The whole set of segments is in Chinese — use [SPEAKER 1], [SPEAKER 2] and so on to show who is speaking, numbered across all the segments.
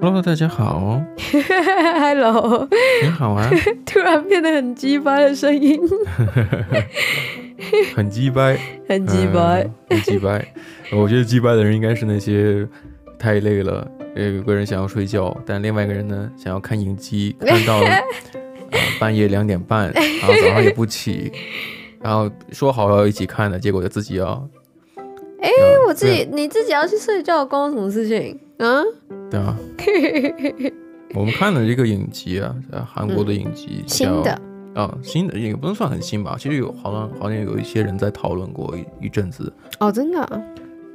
[SPEAKER 1] Hello，大家 好，
[SPEAKER 2] Hello，
[SPEAKER 1] 你好啊，
[SPEAKER 2] 突然变得很鸡巴的声音，
[SPEAKER 1] 很鸡掰，
[SPEAKER 2] 很鸡巴。欸
[SPEAKER 1] 嗯很鸡掰。呃我觉得鸡掰的人应该是那些太累了，呃有一个人想要睡觉，但另外一个人呢想要看影 集，看到啊半夜两点半，然后早上也不起，然后说好要一起看的，结果就自己要。
[SPEAKER 2] 哎
[SPEAKER 1] 嗯
[SPEAKER 2] 我自己你自己要去睡觉，关我什么事情？ 嗯，
[SPEAKER 1] 对啊，我们看了一个影集啊，呃韩国的影集，
[SPEAKER 2] 嗯新
[SPEAKER 1] 叫
[SPEAKER 2] 的，
[SPEAKER 1] 啊，新的也不能算很新吧，其实有好像好像有一些人在讨论过一一阵子，
[SPEAKER 2] 哦，真的啊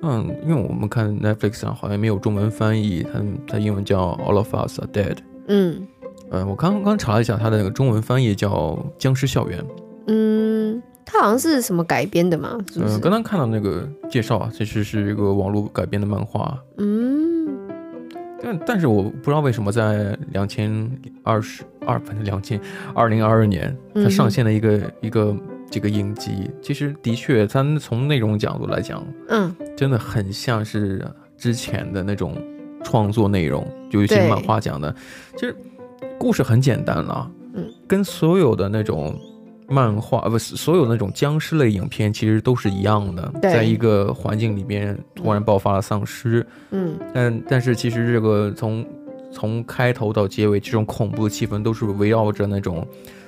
[SPEAKER 1] 嗯，因为我们看 Netflix 上好像没有中文翻译，它它英文叫《All of Us Are Dead》。
[SPEAKER 2] 嗯
[SPEAKER 1] 嗯，我刚刚查了一下，它的那个中文翻译叫《僵尸校园》。
[SPEAKER 2] 嗯，它好像是什么改编的嘛？是不
[SPEAKER 1] 嗯，
[SPEAKER 2] 是？
[SPEAKER 1] 刚刚看到那个介绍啊，其实是一个网络改编的漫画，
[SPEAKER 2] 嗯，
[SPEAKER 1] 但但是我不知道为什么在两千二十二，反正两千二零二二年，它上线了一个、一个这个影集。其实的确，它从内容角度来讲，
[SPEAKER 2] 嗯
[SPEAKER 1] 真的很像是之前的那种创作内容，就一些
[SPEAKER 2] 对
[SPEAKER 1] 漫画讲的，其实故事很简单了，
[SPEAKER 2] 嗯，
[SPEAKER 1] 跟所有的那种漫画呃不是所有那种僵尸类影片其实都是一样的，
[SPEAKER 2] 对
[SPEAKER 1] 在一个环境里边突然爆发了丧尸，
[SPEAKER 2] 嗯，
[SPEAKER 1] 但但是其实这个从从开头到结尾，这种恐怖的气氛都是围绕着那种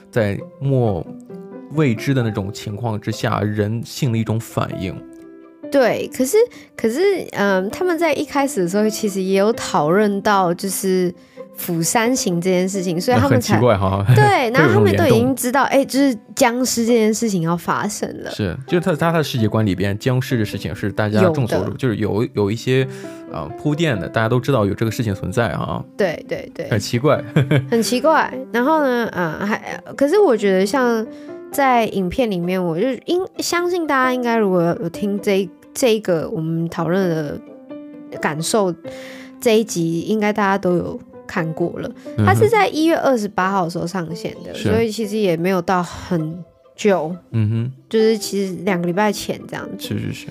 [SPEAKER 1] 在莫未知的那种情况之下人性的一种反应。
[SPEAKER 2] 对。可是可是，嗯，他们在一开始的时候其实也有讨论到就是釜山行这件事情，所以他
[SPEAKER 1] 很
[SPEAKER 2] 们
[SPEAKER 1] 奇
[SPEAKER 2] 才。
[SPEAKER 1] 怪哈，
[SPEAKER 2] 对，然后他们都已
[SPEAKER 1] 联
[SPEAKER 2] 经知道，哎、就是僵尸这件事情要发生了。
[SPEAKER 1] 是，就是他在他的世界观里边，僵尸的事情是大家
[SPEAKER 2] 有
[SPEAKER 1] 众所
[SPEAKER 2] 的
[SPEAKER 1] 周，就是有有一些啊、呃铺垫的，大家都知道有这个事情存在啊，
[SPEAKER 2] 对对对，
[SPEAKER 1] 很奇怪。
[SPEAKER 2] 很奇怪。然后呢，嗯，还呃可是我觉得像在影片里面，我就应相信大家应该如果有听这一这一个我们讨论的感受这一集，应该大家都有。看过了，
[SPEAKER 1] 嗯
[SPEAKER 2] 它是在一月二十八号的时候上线的，
[SPEAKER 1] 是
[SPEAKER 2] 所以其实也没有到很久，
[SPEAKER 1] 嗯哼，嗯
[SPEAKER 2] 就是其实两个礼拜前这样
[SPEAKER 1] 哼，
[SPEAKER 2] 子。
[SPEAKER 1] 是是是，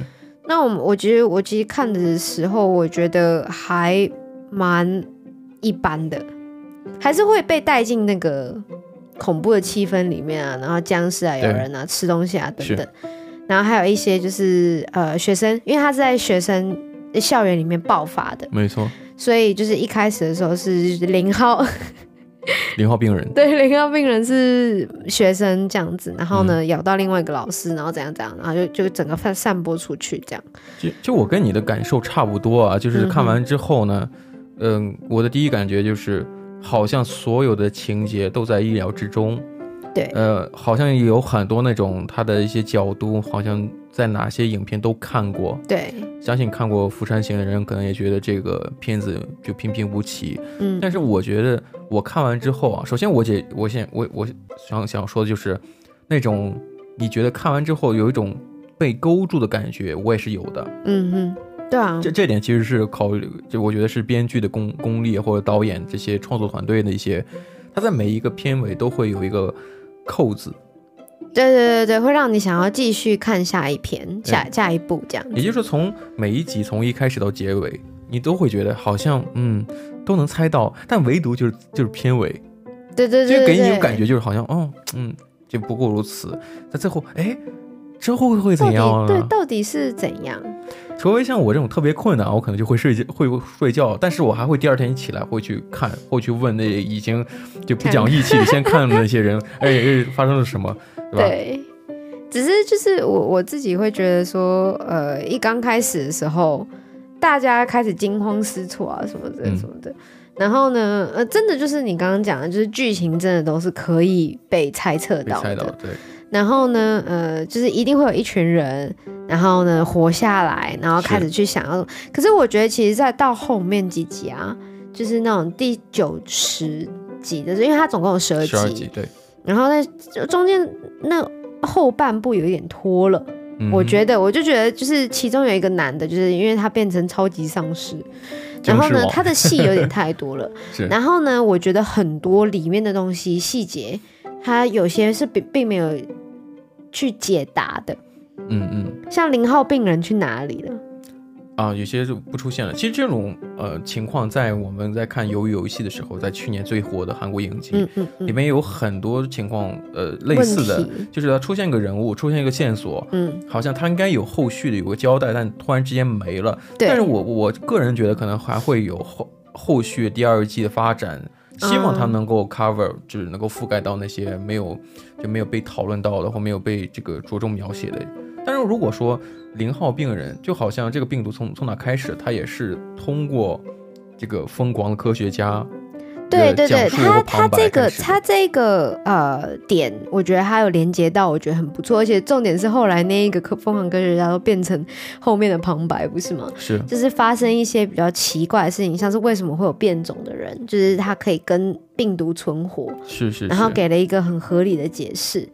[SPEAKER 2] 那我们我其实我其实看的时候，我觉得还蛮一般的，还是会被带进那个恐怖的气氛里面啊，然后僵尸啊、
[SPEAKER 1] 对
[SPEAKER 2] 有人啊、吃东西啊等
[SPEAKER 1] 是
[SPEAKER 2] 等，然后还有一些就是呃学生，因为他是在学生校园里面爆发的，
[SPEAKER 1] 没错，
[SPEAKER 2] 所以就是一开始的时候是零号，
[SPEAKER 1] 零号病人，
[SPEAKER 2] 对，零号病人是学生这样子，然后
[SPEAKER 1] 嗯
[SPEAKER 2] 呢、咬到另外一个老师，然后怎样怎样，然后就就整个散散播出去这样，
[SPEAKER 1] 就就我跟你的感受差不多啊，
[SPEAKER 2] 嗯
[SPEAKER 1] 就是看完之后呢，嗯、我的第一感觉就是，好像所有的情节都在意料之中，
[SPEAKER 2] 对
[SPEAKER 1] 呃，好像有很多那种他的一些角度，好像在哪些影片都看过，
[SPEAKER 2] 对，
[SPEAKER 1] 相信看过《釜山行》的人可能也觉得这个片子就平平无奇，
[SPEAKER 2] 嗯
[SPEAKER 1] 但是我觉得我看完之后啊，首先我姐，我现我我想想说的就是，那种你觉得看完之后有一种被勾住的感觉，我也是有的。
[SPEAKER 2] 嗯哼，对啊，
[SPEAKER 1] 这这点其实是考虑，就我觉得是编剧的功功力或者导演这些创作团队的一些，他在每一个片尾都会有一个扣子，
[SPEAKER 2] 对对对对，会让你想要继续看下一篇、
[SPEAKER 1] 对
[SPEAKER 2] 下下一部这样
[SPEAKER 1] 也
[SPEAKER 2] 子。
[SPEAKER 1] 就是说，从每一集从一开始到结尾，你都会觉得好像嗯都能猜到，但唯独就是就是片尾，
[SPEAKER 2] 对对
[SPEAKER 1] 就
[SPEAKER 2] 对对，
[SPEAKER 1] 给你一种
[SPEAKER 2] 对
[SPEAKER 1] 感觉，就是好像哦嗯就不过如此，但最后哎之后会
[SPEAKER 2] 到
[SPEAKER 1] 怎
[SPEAKER 2] 底
[SPEAKER 1] 样
[SPEAKER 2] 对
[SPEAKER 1] 啊？
[SPEAKER 2] 到底是怎样？
[SPEAKER 1] 除非像我这种特别困难，我可能就会睡觉会睡觉，但是我还会第二天起来会去看，会去问那已经就不讲义气先看的那些 人，哎哎发生了什么，对吧？
[SPEAKER 2] 对，只是就是我我自己会觉得说，呃，一刚开始的时候，大家开始惊慌失措啊，什么的
[SPEAKER 1] 嗯
[SPEAKER 2] 什么的。然后呢，呃，真的就是你刚刚讲的，就是剧情真的都是可以被猜测
[SPEAKER 1] 被
[SPEAKER 2] 到
[SPEAKER 1] 猜
[SPEAKER 2] 的。
[SPEAKER 1] 到了，对，
[SPEAKER 2] 然后呢，呃，就是一定会有一群人，然后呢活下来，然后开始去想要。可是我觉得，其实，在到后面几集啊，就是那种第九十集的时候，因为它总共有十二
[SPEAKER 1] 十二集，对，
[SPEAKER 2] 然后在中间那后半部有一点拖了，
[SPEAKER 1] 嗯
[SPEAKER 2] 我
[SPEAKER 1] 哼
[SPEAKER 2] 觉得，我就觉得，就是其中有一个男的，就是因为他变成超级丧尸，然
[SPEAKER 1] 僵
[SPEAKER 2] 后
[SPEAKER 1] 尸
[SPEAKER 2] 呢，
[SPEAKER 1] 王
[SPEAKER 2] 他的戏有点太多了
[SPEAKER 1] 是。
[SPEAKER 2] 然后呢，我觉得很多里面的东西细节，他有些是并并没有去解答的。
[SPEAKER 1] 嗯嗯
[SPEAKER 2] 像零号病人去哪里了？
[SPEAKER 1] 啊，有些就不出现了。其实这种呃情况，在我们在看《鱿鱼游戏》的时候，在去年最火的韩国影集，
[SPEAKER 2] 嗯嗯嗯
[SPEAKER 1] 里面有很多情况，呃，类
[SPEAKER 2] 问
[SPEAKER 1] 似的
[SPEAKER 2] 题，
[SPEAKER 1] 就是它出现一个人物，出现一个线索，
[SPEAKER 2] 嗯，
[SPEAKER 1] 好像它应该有后续的有个交代，但突然之间没了。
[SPEAKER 2] 对
[SPEAKER 1] 但是我我个人觉得可能还会有后后续第二季的发展，希望它
[SPEAKER 2] 嗯
[SPEAKER 1] 能够 cover，、就是能够覆盖到那些没有就没有被讨论到的或没有被这个着重描写的。但是如果说零号病人，就好像这个病毒从从哪开始，它也是通过这个疯狂的科学家
[SPEAKER 2] 对
[SPEAKER 1] 的
[SPEAKER 2] 对对，
[SPEAKER 1] 讲述和
[SPEAKER 2] 他他
[SPEAKER 1] 旁白
[SPEAKER 2] 这个
[SPEAKER 1] 开始的
[SPEAKER 2] 他这个呃点，我觉得他有连接到，我觉得很不错。而且重点是后来那一个科疯狂科学家都变成后面的旁白，不是吗？
[SPEAKER 1] 是
[SPEAKER 2] 就是发生一些比较奇怪的事情，像是为什么会有变种的人，就是他可以跟病毒存活，
[SPEAKER 1] 是是，
[SPEAKER 2] 然后
[SPEAKER 1] 是
[SPEAKER 2] 给了一个很合理的解释。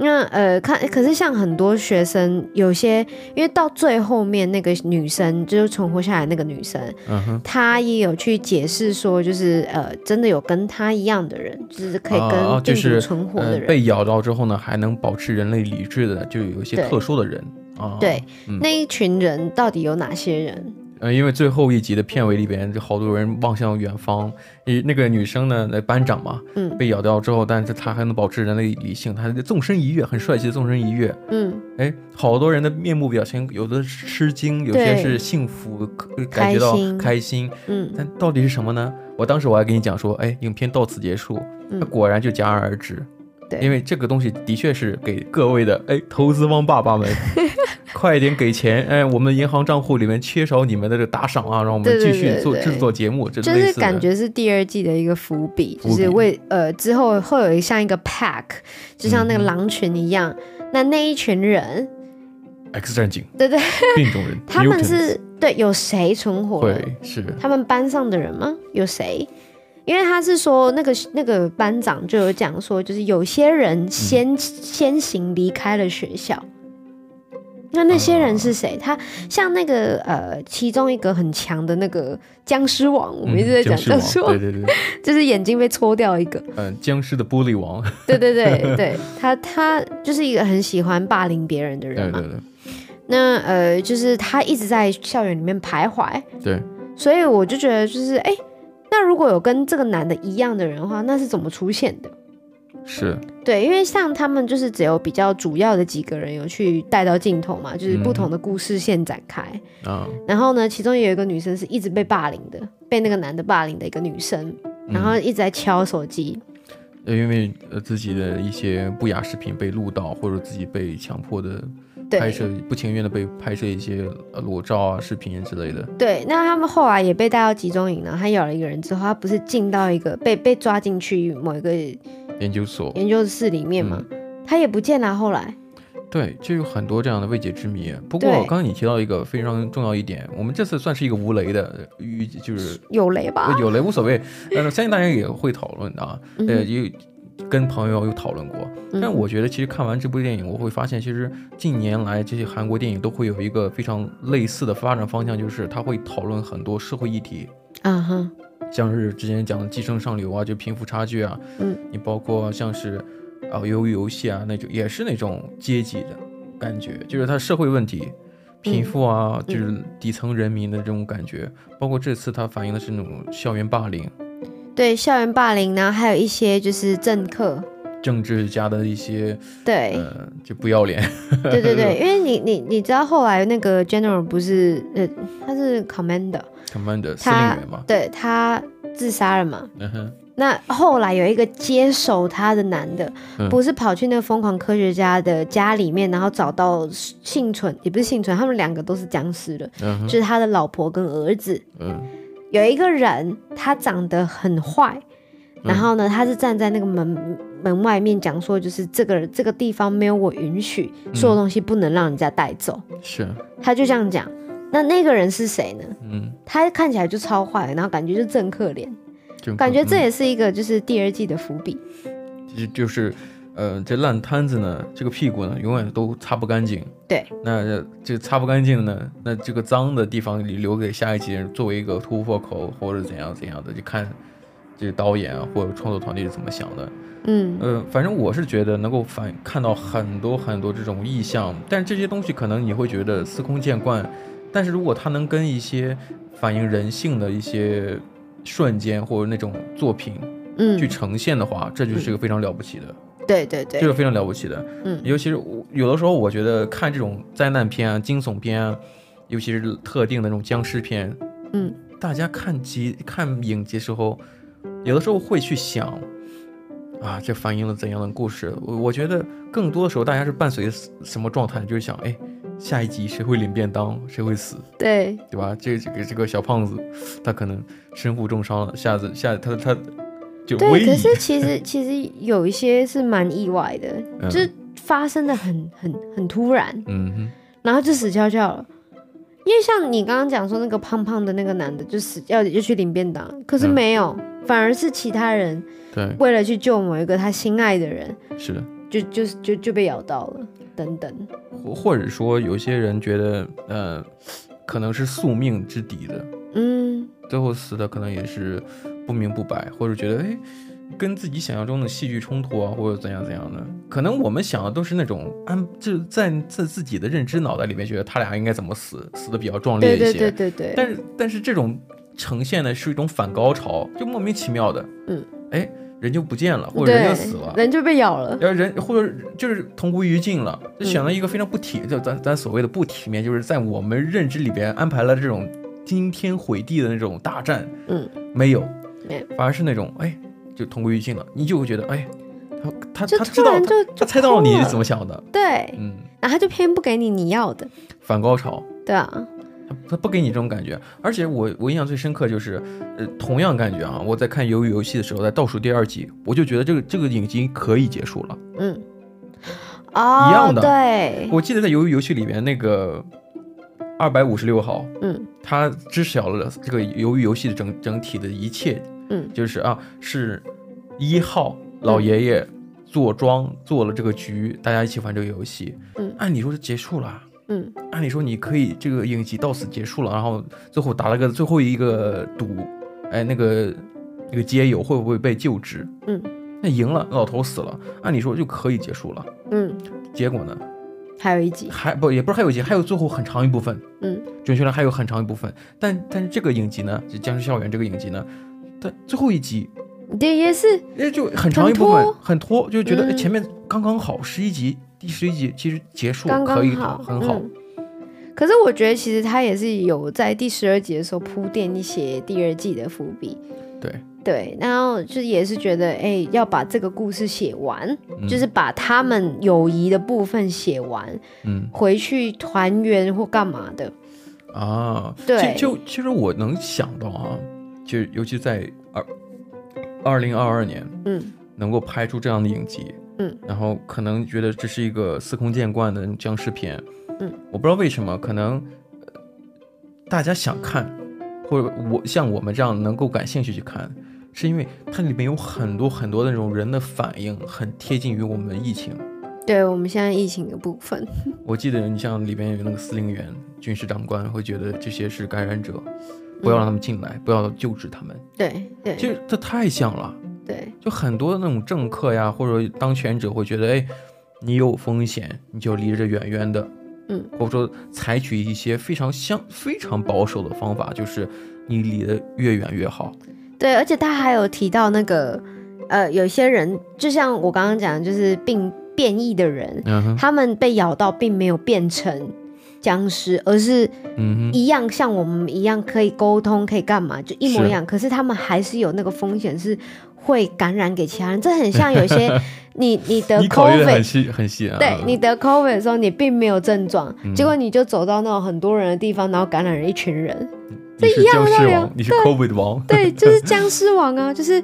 [SPEAKER 2] 那呃，看，可是像很多学生，有些因为到最后面那个女生，就是存活下来那个女生，
[SPEAKER 1] 嗯哼。
[SPEAKER 2] 她也有去解释说，就是呃，真的有跟她一样的人，就是可以
[SPEAKER 1] 啊啊
[SPEAKER 2] 跟
[SPEAKER 1] 就
[SPEAKER 2] 病毒
[SPEAKER 1] 是
[SPEAKER 2] 存活
[SPEAKER 1] 呃
[SPEAKER 2] 的，人。
[SPEAKER 1] 被咬到之后呢，还能保持人类理智的，就有一些
[SPEAKER 2] 对
[SPEAKER 1] 特殊的人啊。
[SPEAKER 2] 对，
[SPEAKER 1] 嗯
[SPEAKER 2] 那一群人到底有哪些人？
[SPEAKER 1] 呃，因为最后一集的片尾里边，就好多人望向远方。诶，那个女生呢，那班长嘛，
[SPEAKER 2] 嗯
[SPEAKER 1] 被咬掉之后，但是她还能保持人类理性，她纵身一跃，很帅气的纵身一跃。
[SPEAKER 2] 嗯，
[SPEAKER 1] 哎，好多人的面部表情，有的是吃惊，有些
[SPEAKER 2] 对
[SPEAKER 1] 是幸福，可呃感觉到
[SPEAKER 2] 开心
[SPEAKER 1] 开心。
[SPEAKER 2] 嗯，
[SPEAKER 1] 但到底是什么呢？我当时我还跟你讲说，哎，影片到此结束，
[SPEAKER 2] 嗯
[SPEAKER 1] 那果然就戛然而止。
[SPEAKER 2] 对
[SPEAKER 1] 因为这个东西的确是给各位的，哎，投资方爸爸 们，快一点给钱，哎，我们的银行账户里面缺少你们的这个打赏啊，让我
[SPEAKER 2] 对
[SPEAKER 1] 们
[SPEAKER 2] 对
[SPEAKER 1] 继续
[SPEAKER 2] 对
[SPEAKER 1] 做
[SPEAKER 2] 对
[SPEAKER 1] 制作节目，这
[SPEAKER 2] 就
[SPEAKER 1] 类
[SPEAKER 2] 是
[SPEAKER 1] 似的
[SPEAKER 2] 感觉是第二季的一个伏笔，
[SPEAKER 1] 伏
[SPEAKER 2] 就
[SPEAKER 1] 笔
[SPEAKER 2] 是为呃之后会有一像一个 pack，就像那个
[SPEAKER 1] 嗯哼
[SPEAKER 2] 狼群一样。那那一群人，
[SPEAKER 1] X 战警
[SPEAKER 2] 对对，
[SPEAKER 1] 变种人，
[SPEAKER 2] 他们
[SPEAKER 1] mutants
[SPEAKER 2] 是对有谁存活了？
[SPEAKER 1] 会是
[SPEAKER 2] 他们班上的人吗？有谁？因为他是说那个那个班长就有讲说，就是有些人先、
[SPEAKER 1] 嗯
[SPEAKER 2] 先行离开了学校。那那些人是
[SPEAKER 1] 啊
[SPEAKER 2] 谁？他像那个呃，其中一个很强的那个僵尸王，我们一直在
[SPEAKER 1] 嗯
[SPEAKER 2] 讲僵
[SPEAKER 1] 僵尸
[SPEAKER 2] 尸
[SPEAKER 1] 王，
[SPEAKER 2] 王，
[SPEAKER 1] 对对对，
[SPEAKER 2] 就是眼睛被戳掉一个。
[SPEAKER 1] 嗯，僵尸的玻璃 王，
[SPEAKER 2] 对对对对，他他就是一个很喜欢霸凌别人的
[SPEAKER 1] 对
[SPEAKER 2] 人
[SPEAKER 1] 对
[SPEAKER 2] 嘛。
[SPEAKER 1] 对
[SPEAKER 2] 那呃，就是他一直在校园里面徘徊，
[SPEAKER 1] 对，
[SPEAKER 2] 所以我就觉得就是哎、诶那如果有跟这个男的一样的人的话，那是怎么出现的？
[SPEAKER 1] 是
[SPEAKER 2] 对，因为像他们就是只有比较主要的几个人有去带到镜头嘛，就是不同的故事线展开。
[SPEAKER 1] 啊，
[SPEAKER 2] 然后呢，其中也有一个女生是一直被霸凌的，被那个男的霸凌的一个女生，然后一直在敲手机。
[SPEAKER 1] 呃因为呃自己的一些不雅视频被录到，或者自己被强迫的拍
[SPEAKER 2] 对
[SPEAKER 1] 摄不情愿的被拍摄一些呃裸照啊、视频之类的。
[SPEAKER 2] 对，那他们后来也被带到集中营了。他咬了一个人之后，他不是进到一个被被抓进去某一个
[SPEAKER 1] 研究所
[SPEAKER 2] 研究室里面嘛，
[SPEAKER 1] 嗯
[SPEAKER 2] 他也不见了。后来，
[SPEAKER 1] 对，就有很多这样的未解之谜。不过
[SPEAKER 2] 对
[SPEAKER 1] 刚刚你提到一个非常重要一点，我们这次算是一个无雷的，预就是
[SPEAKER 2] 有雷吧？
[SPEAKER 1] 有雷无所谓，但是相信大家也会讨论的啊。
[SPEAKER 2] 啊嗯
[SPEAKER 1] 呃，也有跟朋友有讨论过。
[SPEAKER 2] 嗯
[SPEAKER 1] 但我觉得其实看完这部电影，我会发现，其实近年来这些韩国电影都会有一个非常类似的发展方向，就是它会讨论很多社会议题。
[SPEAKER 2] 啊哈，
[SPEAKER 1] 像是之前讲的寄生上流啊，就贫富差距啊，
[SPEAKER 2] 嗯，
[SPEAKER 1] 你包括像是啊鱿鱼游戏啊那种，也是那种阶级的感觉，就是它社会问题，
[SPEAKER 2] 嗯
[SPEAKER 1] 贫富啊，就是底层人民的这种感觉，包括这次它反映的是那种校园霸凌、
[SPEAKER 2] 对校园霸凌，然后还有一些就是政客，
[SPEAKER 1] 政治家的一些
[SPEAKER 2] 对、
[SPEAKER 1] 呃，就不要脸，
[SPEAKER 2] 对对对，因为你你你知道后来那个 general 不是呃他是 commander，
[SPEAKER 1] 他们的司
[SPEAKER 2] 他
[SPEAKER 1] 令员嘛，
[SPEAKER 2] 对他自杀了嘛。
[SPEAKER 1] 嗯哼，
[SPEAKER 2] 那后来有一个接手他的男的，
[SPEAKER 1] 嗯
[SPEAKER 2] 不是跑去那个疯狂科学家的家里面，然后找到幸存，也不是幸存，他们两个都是僵尸了，
[SPEAKER 1] 嗯
[SPEAKER 2] 就
[SPEAKER 1] 哼，
[SPEAKER 2] 是他的老婆跟儿子。
[SPEAKER 1] 嗯，
[SPEAKER 2] 有一个人，他长得很坏，
[SPEAKER 1] 嗯
[SPEAKER 2] 然后呢，他是站在那个门门外面讲说，就是这个这个地方没有我允许，
[SPEAKER 1] 嗯
[SPEAKER 2] 所有东西不能让人家带走，
[SPEAKER 1] 是，
[SPEAKER 2] 他就这样讲。那那个人是谁呢？
[SPEAKER 1] 嗯，
[SPEAKER 2] 他看起来就超坏，然后感觉就正可怜，
[SPEAKER 1] 就
[SPEAKER 2] 感觉这
[SPEAKER 1] 嗯
[SPEAKER 2] 也是一个就是第二季的伏笔。
[SPEAKER 1] 就就是，呃，这烂摊子呢，这个屁股呢，永远都擦不干净。
[SPEAKER 2] 对，
[SPEAKER 1] 那这这擦不干净呢，那这个脏的地方里留给下一集人作为一个突破口或者怎样怎样的，就看这个导演啊或者创作团队是怎么想的。
[SPEAKER 2] 嗯
[SPEAKER 1] 呃，反正我是觉得能够反看到很多很多这种意象，但这些东西可能你会觉得司空见惯，但是如果它能跟一些反映人性的一些瞬间或者那种作品
[SPEAKER 2] 嗯
[SPEAKER 1] 去，呈现的话，这就是一个非常了不起的，
[SPEAKER 2] 对对
[SPEAKER 1] 这
[SPEAKER 2] 对，
[SPEAKER 1] 个非常了不起的。
[SPEAKER 2] 嗯
[SPEAKER 1] 尤其是我有的时候，我觉得看这种灾难片啊、惊悚片啊，尤其是特定的那种僵尸片，
[SPEAKER 2] 嗯，
[SPEAKER 1] 大家看集看影集时候，有的时候会去想，啊，这反映了怎样的故事？我我觉得更多的时候，大家是伴随死什么状态？就是想，哎，下一集谁会领便当，谁会死，
[SPEAKER 2] 对
[SPEAKER 1] 对吧？这这个这个小胖子，他可能身负重伤了，下次下他他就危
[SPEAKER 2] 对。可
[SPEAKER 1] 矣，
[SPEAKER 2] 是 其实其实有一些是蛮意外的，
[SPEAKER 1] 嗯
[SPEAKER 2] 就是发生的很很很突然，
[SPEAKER 1] 嗯哼，
[SPEAKER 2] 然后就死翘翘了。因为像你刚刚讲说那个胖胖的那个男的，就死要就去领便当，可是
[SPEAKER 1] 嗯
[SPEAKER 2] 没有，反而是其他人
[SPEAKER 1] 对，
[SPEAKER 2] 为了去救某一个他心爱的人，
[SPEAKER 1] 是的。
[SPEAKER 2] 就就就就被咬到了，等等。
[SPEAKER 1] 或或者说有些人觉得，呃，可能是宿命之敌的，
[SPEAKER 2] 嗯，
[SPEAKER 1] 最后死的可能也是不明不白，或者觉得哎，跟自己想象中的戏剧冲突啊，或者怎样怎样的。可能我们想的都是那种安，就是在在自己的认知脑袋里面觉得他俩应该怎么死，死的比较壮烈
[SPEAKER 2] 对
[SPEAKER 1] 一些。
[SPEAKER 2] 对对对对。
[SPEAKER 1] 但是但是这种呈现的是一种反高潮，就莫名其妙的，
[SPEAKER 2] 嗯，
[SPEAKER 1] 哎，人就不见了，或者
[SPEAKER 2] 对，
[SPEAKER 1] 人就死了。
[SPEAKER 2] 人就被咬了。
[SPEAKER 1] 要人或者就是同归于尽了，就
[SPEAKER 2] 嗯
[SPEAKER 1] 选了一个非常不体，就咱咱所谓的不体面，就是在我们认知里边安排了这种惊天毁地的那种大战，
[SPEAKER 2] 嗯，
[SPEAKER 1] 没有，
[SPEAKER 2] 没有
[SPEAKER 1] 反而是那种哎，就同归于尽了，你就会觉得哎，他
[SPEAKER 2] 就
[SPEAKER 1] 他他知
[SPEAKER 2] 突
[SPEAKER 1] 道
[SPEAKER 2] 然
[SPEAKER 1] 他
[SPEAKER 2] 就
[SPEAKER 1] 他猜到了你
[SPEAKER 2] 空
[SPEAKER 1] 是
[SPEAKER 2] 了
[SPEAKER 1] 怎么想的，
[SPEAKER 2] 对，
[SPEAKER 1] 嗯，
[SPEAKER 2] 然后他就偏不给你你要的，
[SPEAKER 1] 反高潮，
[SPEAKER 2] 对啊，
[SPEAKER 1] 他他不给你这种感觉，而且我我印象最深刻就是，呃，同样感觉啊，我在看《鱿鱼游戏》的时候，在倒数第二集，我就觉得这个这个影集可以结束了。
[SPEAKER 2] 嗯，哦，
[SPEAKER 1] 一样的
[SPEAKER 2] 对，
[SPEAKER 1] 我记得在《鱿鱼游戏》里面，那个二百五十六号，
[SPEAKER 2] 嗯，
[SPEAKER 1] 他知晓了这个鱿鱼游戏的整整体的一切，
[SPEAKER 2] 嗯
[SPEAKER 1] 就是啊，是一号老爷爷坐庄做了这个局，大家一起玩这个游戏，
[SPEAKER 2] 嗯
[SPEAKER 1] 按理说是结束了。
[SPEAKER 2] 嗯
[SPEAKER 1] 按理说你可以这个影集到此结束了，然后最后打了个最后一个赌，哎，那个那个街友会不会被救治？
[SPEAKER 2] 嗯，
[SPEAKER 1] 那赢了，老头死了，按理说就可以结束了。
[SPEAKER 2] 嗯，
[SPEAKER 1] 结果呢，
[SPEAKER 2] 还有一集，
[SPEAKER 1] 还不也不是还有一集，还有最后很长一部分，
[SPEAKER 2] 嗯，
[SPEAKER 1] 准确来还有很长一部分，但但是这个影集呢，就《僵尸校园》这个影集呢，它最后一集
[SPEAKER 2] 对，也是，
[SPEAKER 1] 那就很长一部分
[SPEAKER 2] 很拖
[SPEAKER 1] 很拖，就觉得
[SPEAKER 2] 嗯
[SPEAKER 1] 哎前面刚刚好十一集，第十一集其实结束
[SPEAKER 2] 刚刚
[SPEAKER 1] 可以
[SPEAKER 2] 好
[SPEAKER 1] 很好，
[SPEAKER 2] 嗯可是我觉得其实他也是有在第十二集的时候铺垫一些第二季的伏笔，
[SPEAKER 1] 对，
[SPEAKER 2] 对，然后就是也是觉得，哎、要把这个故事写完，
[SPEAKER 1] 嗯
[SPEAKER 2] 就是把他们友谊的部分写完，
[SPEAKER 1] 嗯
[SPEAKER 2] 回去团圆或干嘛的，
[SPEAKER 1] 啊，
[SPEAKER 2] 对
[SPEAKER 1] 其就其实我能想到啊，就尤其在二二零二二年
[SPEAKER 2] 嗯
[SPEAKER 1] 能够拍出这样的影集，
[SPEAKER 2] 嗯，
[SPEAKER 1] 然后可能觉得这是一个司空见惯的那种僵尸片，
[SPEAKER 2] 嗯，
[SPEAKER 1] 我不知道为什么，可能呃大家想看，或者我像我们这样能够感兴趣去看，是因为它里面有很多很多的那种人的反应，很贴近于我们的疫情。
[SPEAKER 2] 对我们现在疫情的部分，
[SPEAKER 1] 我记得你像里边有那个司令员、军事长官会觉得这些是感染者，不要
[SPEAKER 2] 嗯
[SPEAKER 1] 让他们进来，不要救治他们。
[SPEAKER 2] 对对
[SPEAKER 1] 其实这太像了，
[SPEAKER 2] 对，
[SPEAKER 1] 就很多那种政客呀，或者当权者会觉得，哎，你有风险，你就离着远远的，
[SPEAKER 2] 嗯，
[SPEAKER 1] 或者说采取一些非常相非常保守的方法，就是你离得越远越好。
[SPEAKER 2] 对，而且他还有提到那个，呃，有些人就像我刚刚讲的，就是病变异的人，
[SPEAKER 1] 嗯哼，
[SPEAKER 2] 他们被咬到并没有变成僵尸，而是
[SPEAKER 1] 嗯哼，
[SPEAKER 2] 一样像我们一样可以沟通，可以干嘛，就一模
[SPEAKER 1] 是
[SPEAKER 2] 一样。可是他们还是有那个风险是会感染给其他人，这很像有 些你你得
[SPEAKER 1] 你考虑的很
[SPEAKER 2] COVID。
[SPEAKER 1] 细很细啊。
[SPEAKER 2] 对你得 COVID 的时候，你并没有症状，
[SPEAKER 1] 嗯
[SPEAKER 2] 结果你就走到那种很多人的地方，然后感染了一群人。
[SPEAKER 1] 你是僵
[SPEAKER 2] 道
[SPEAKER 1] 尸
[SPEAKER 2] 理啊
[SPEAKER 1] 王，你是 COVID 王。
[SPEAKER 2] 对，就是僵尸王啊，就是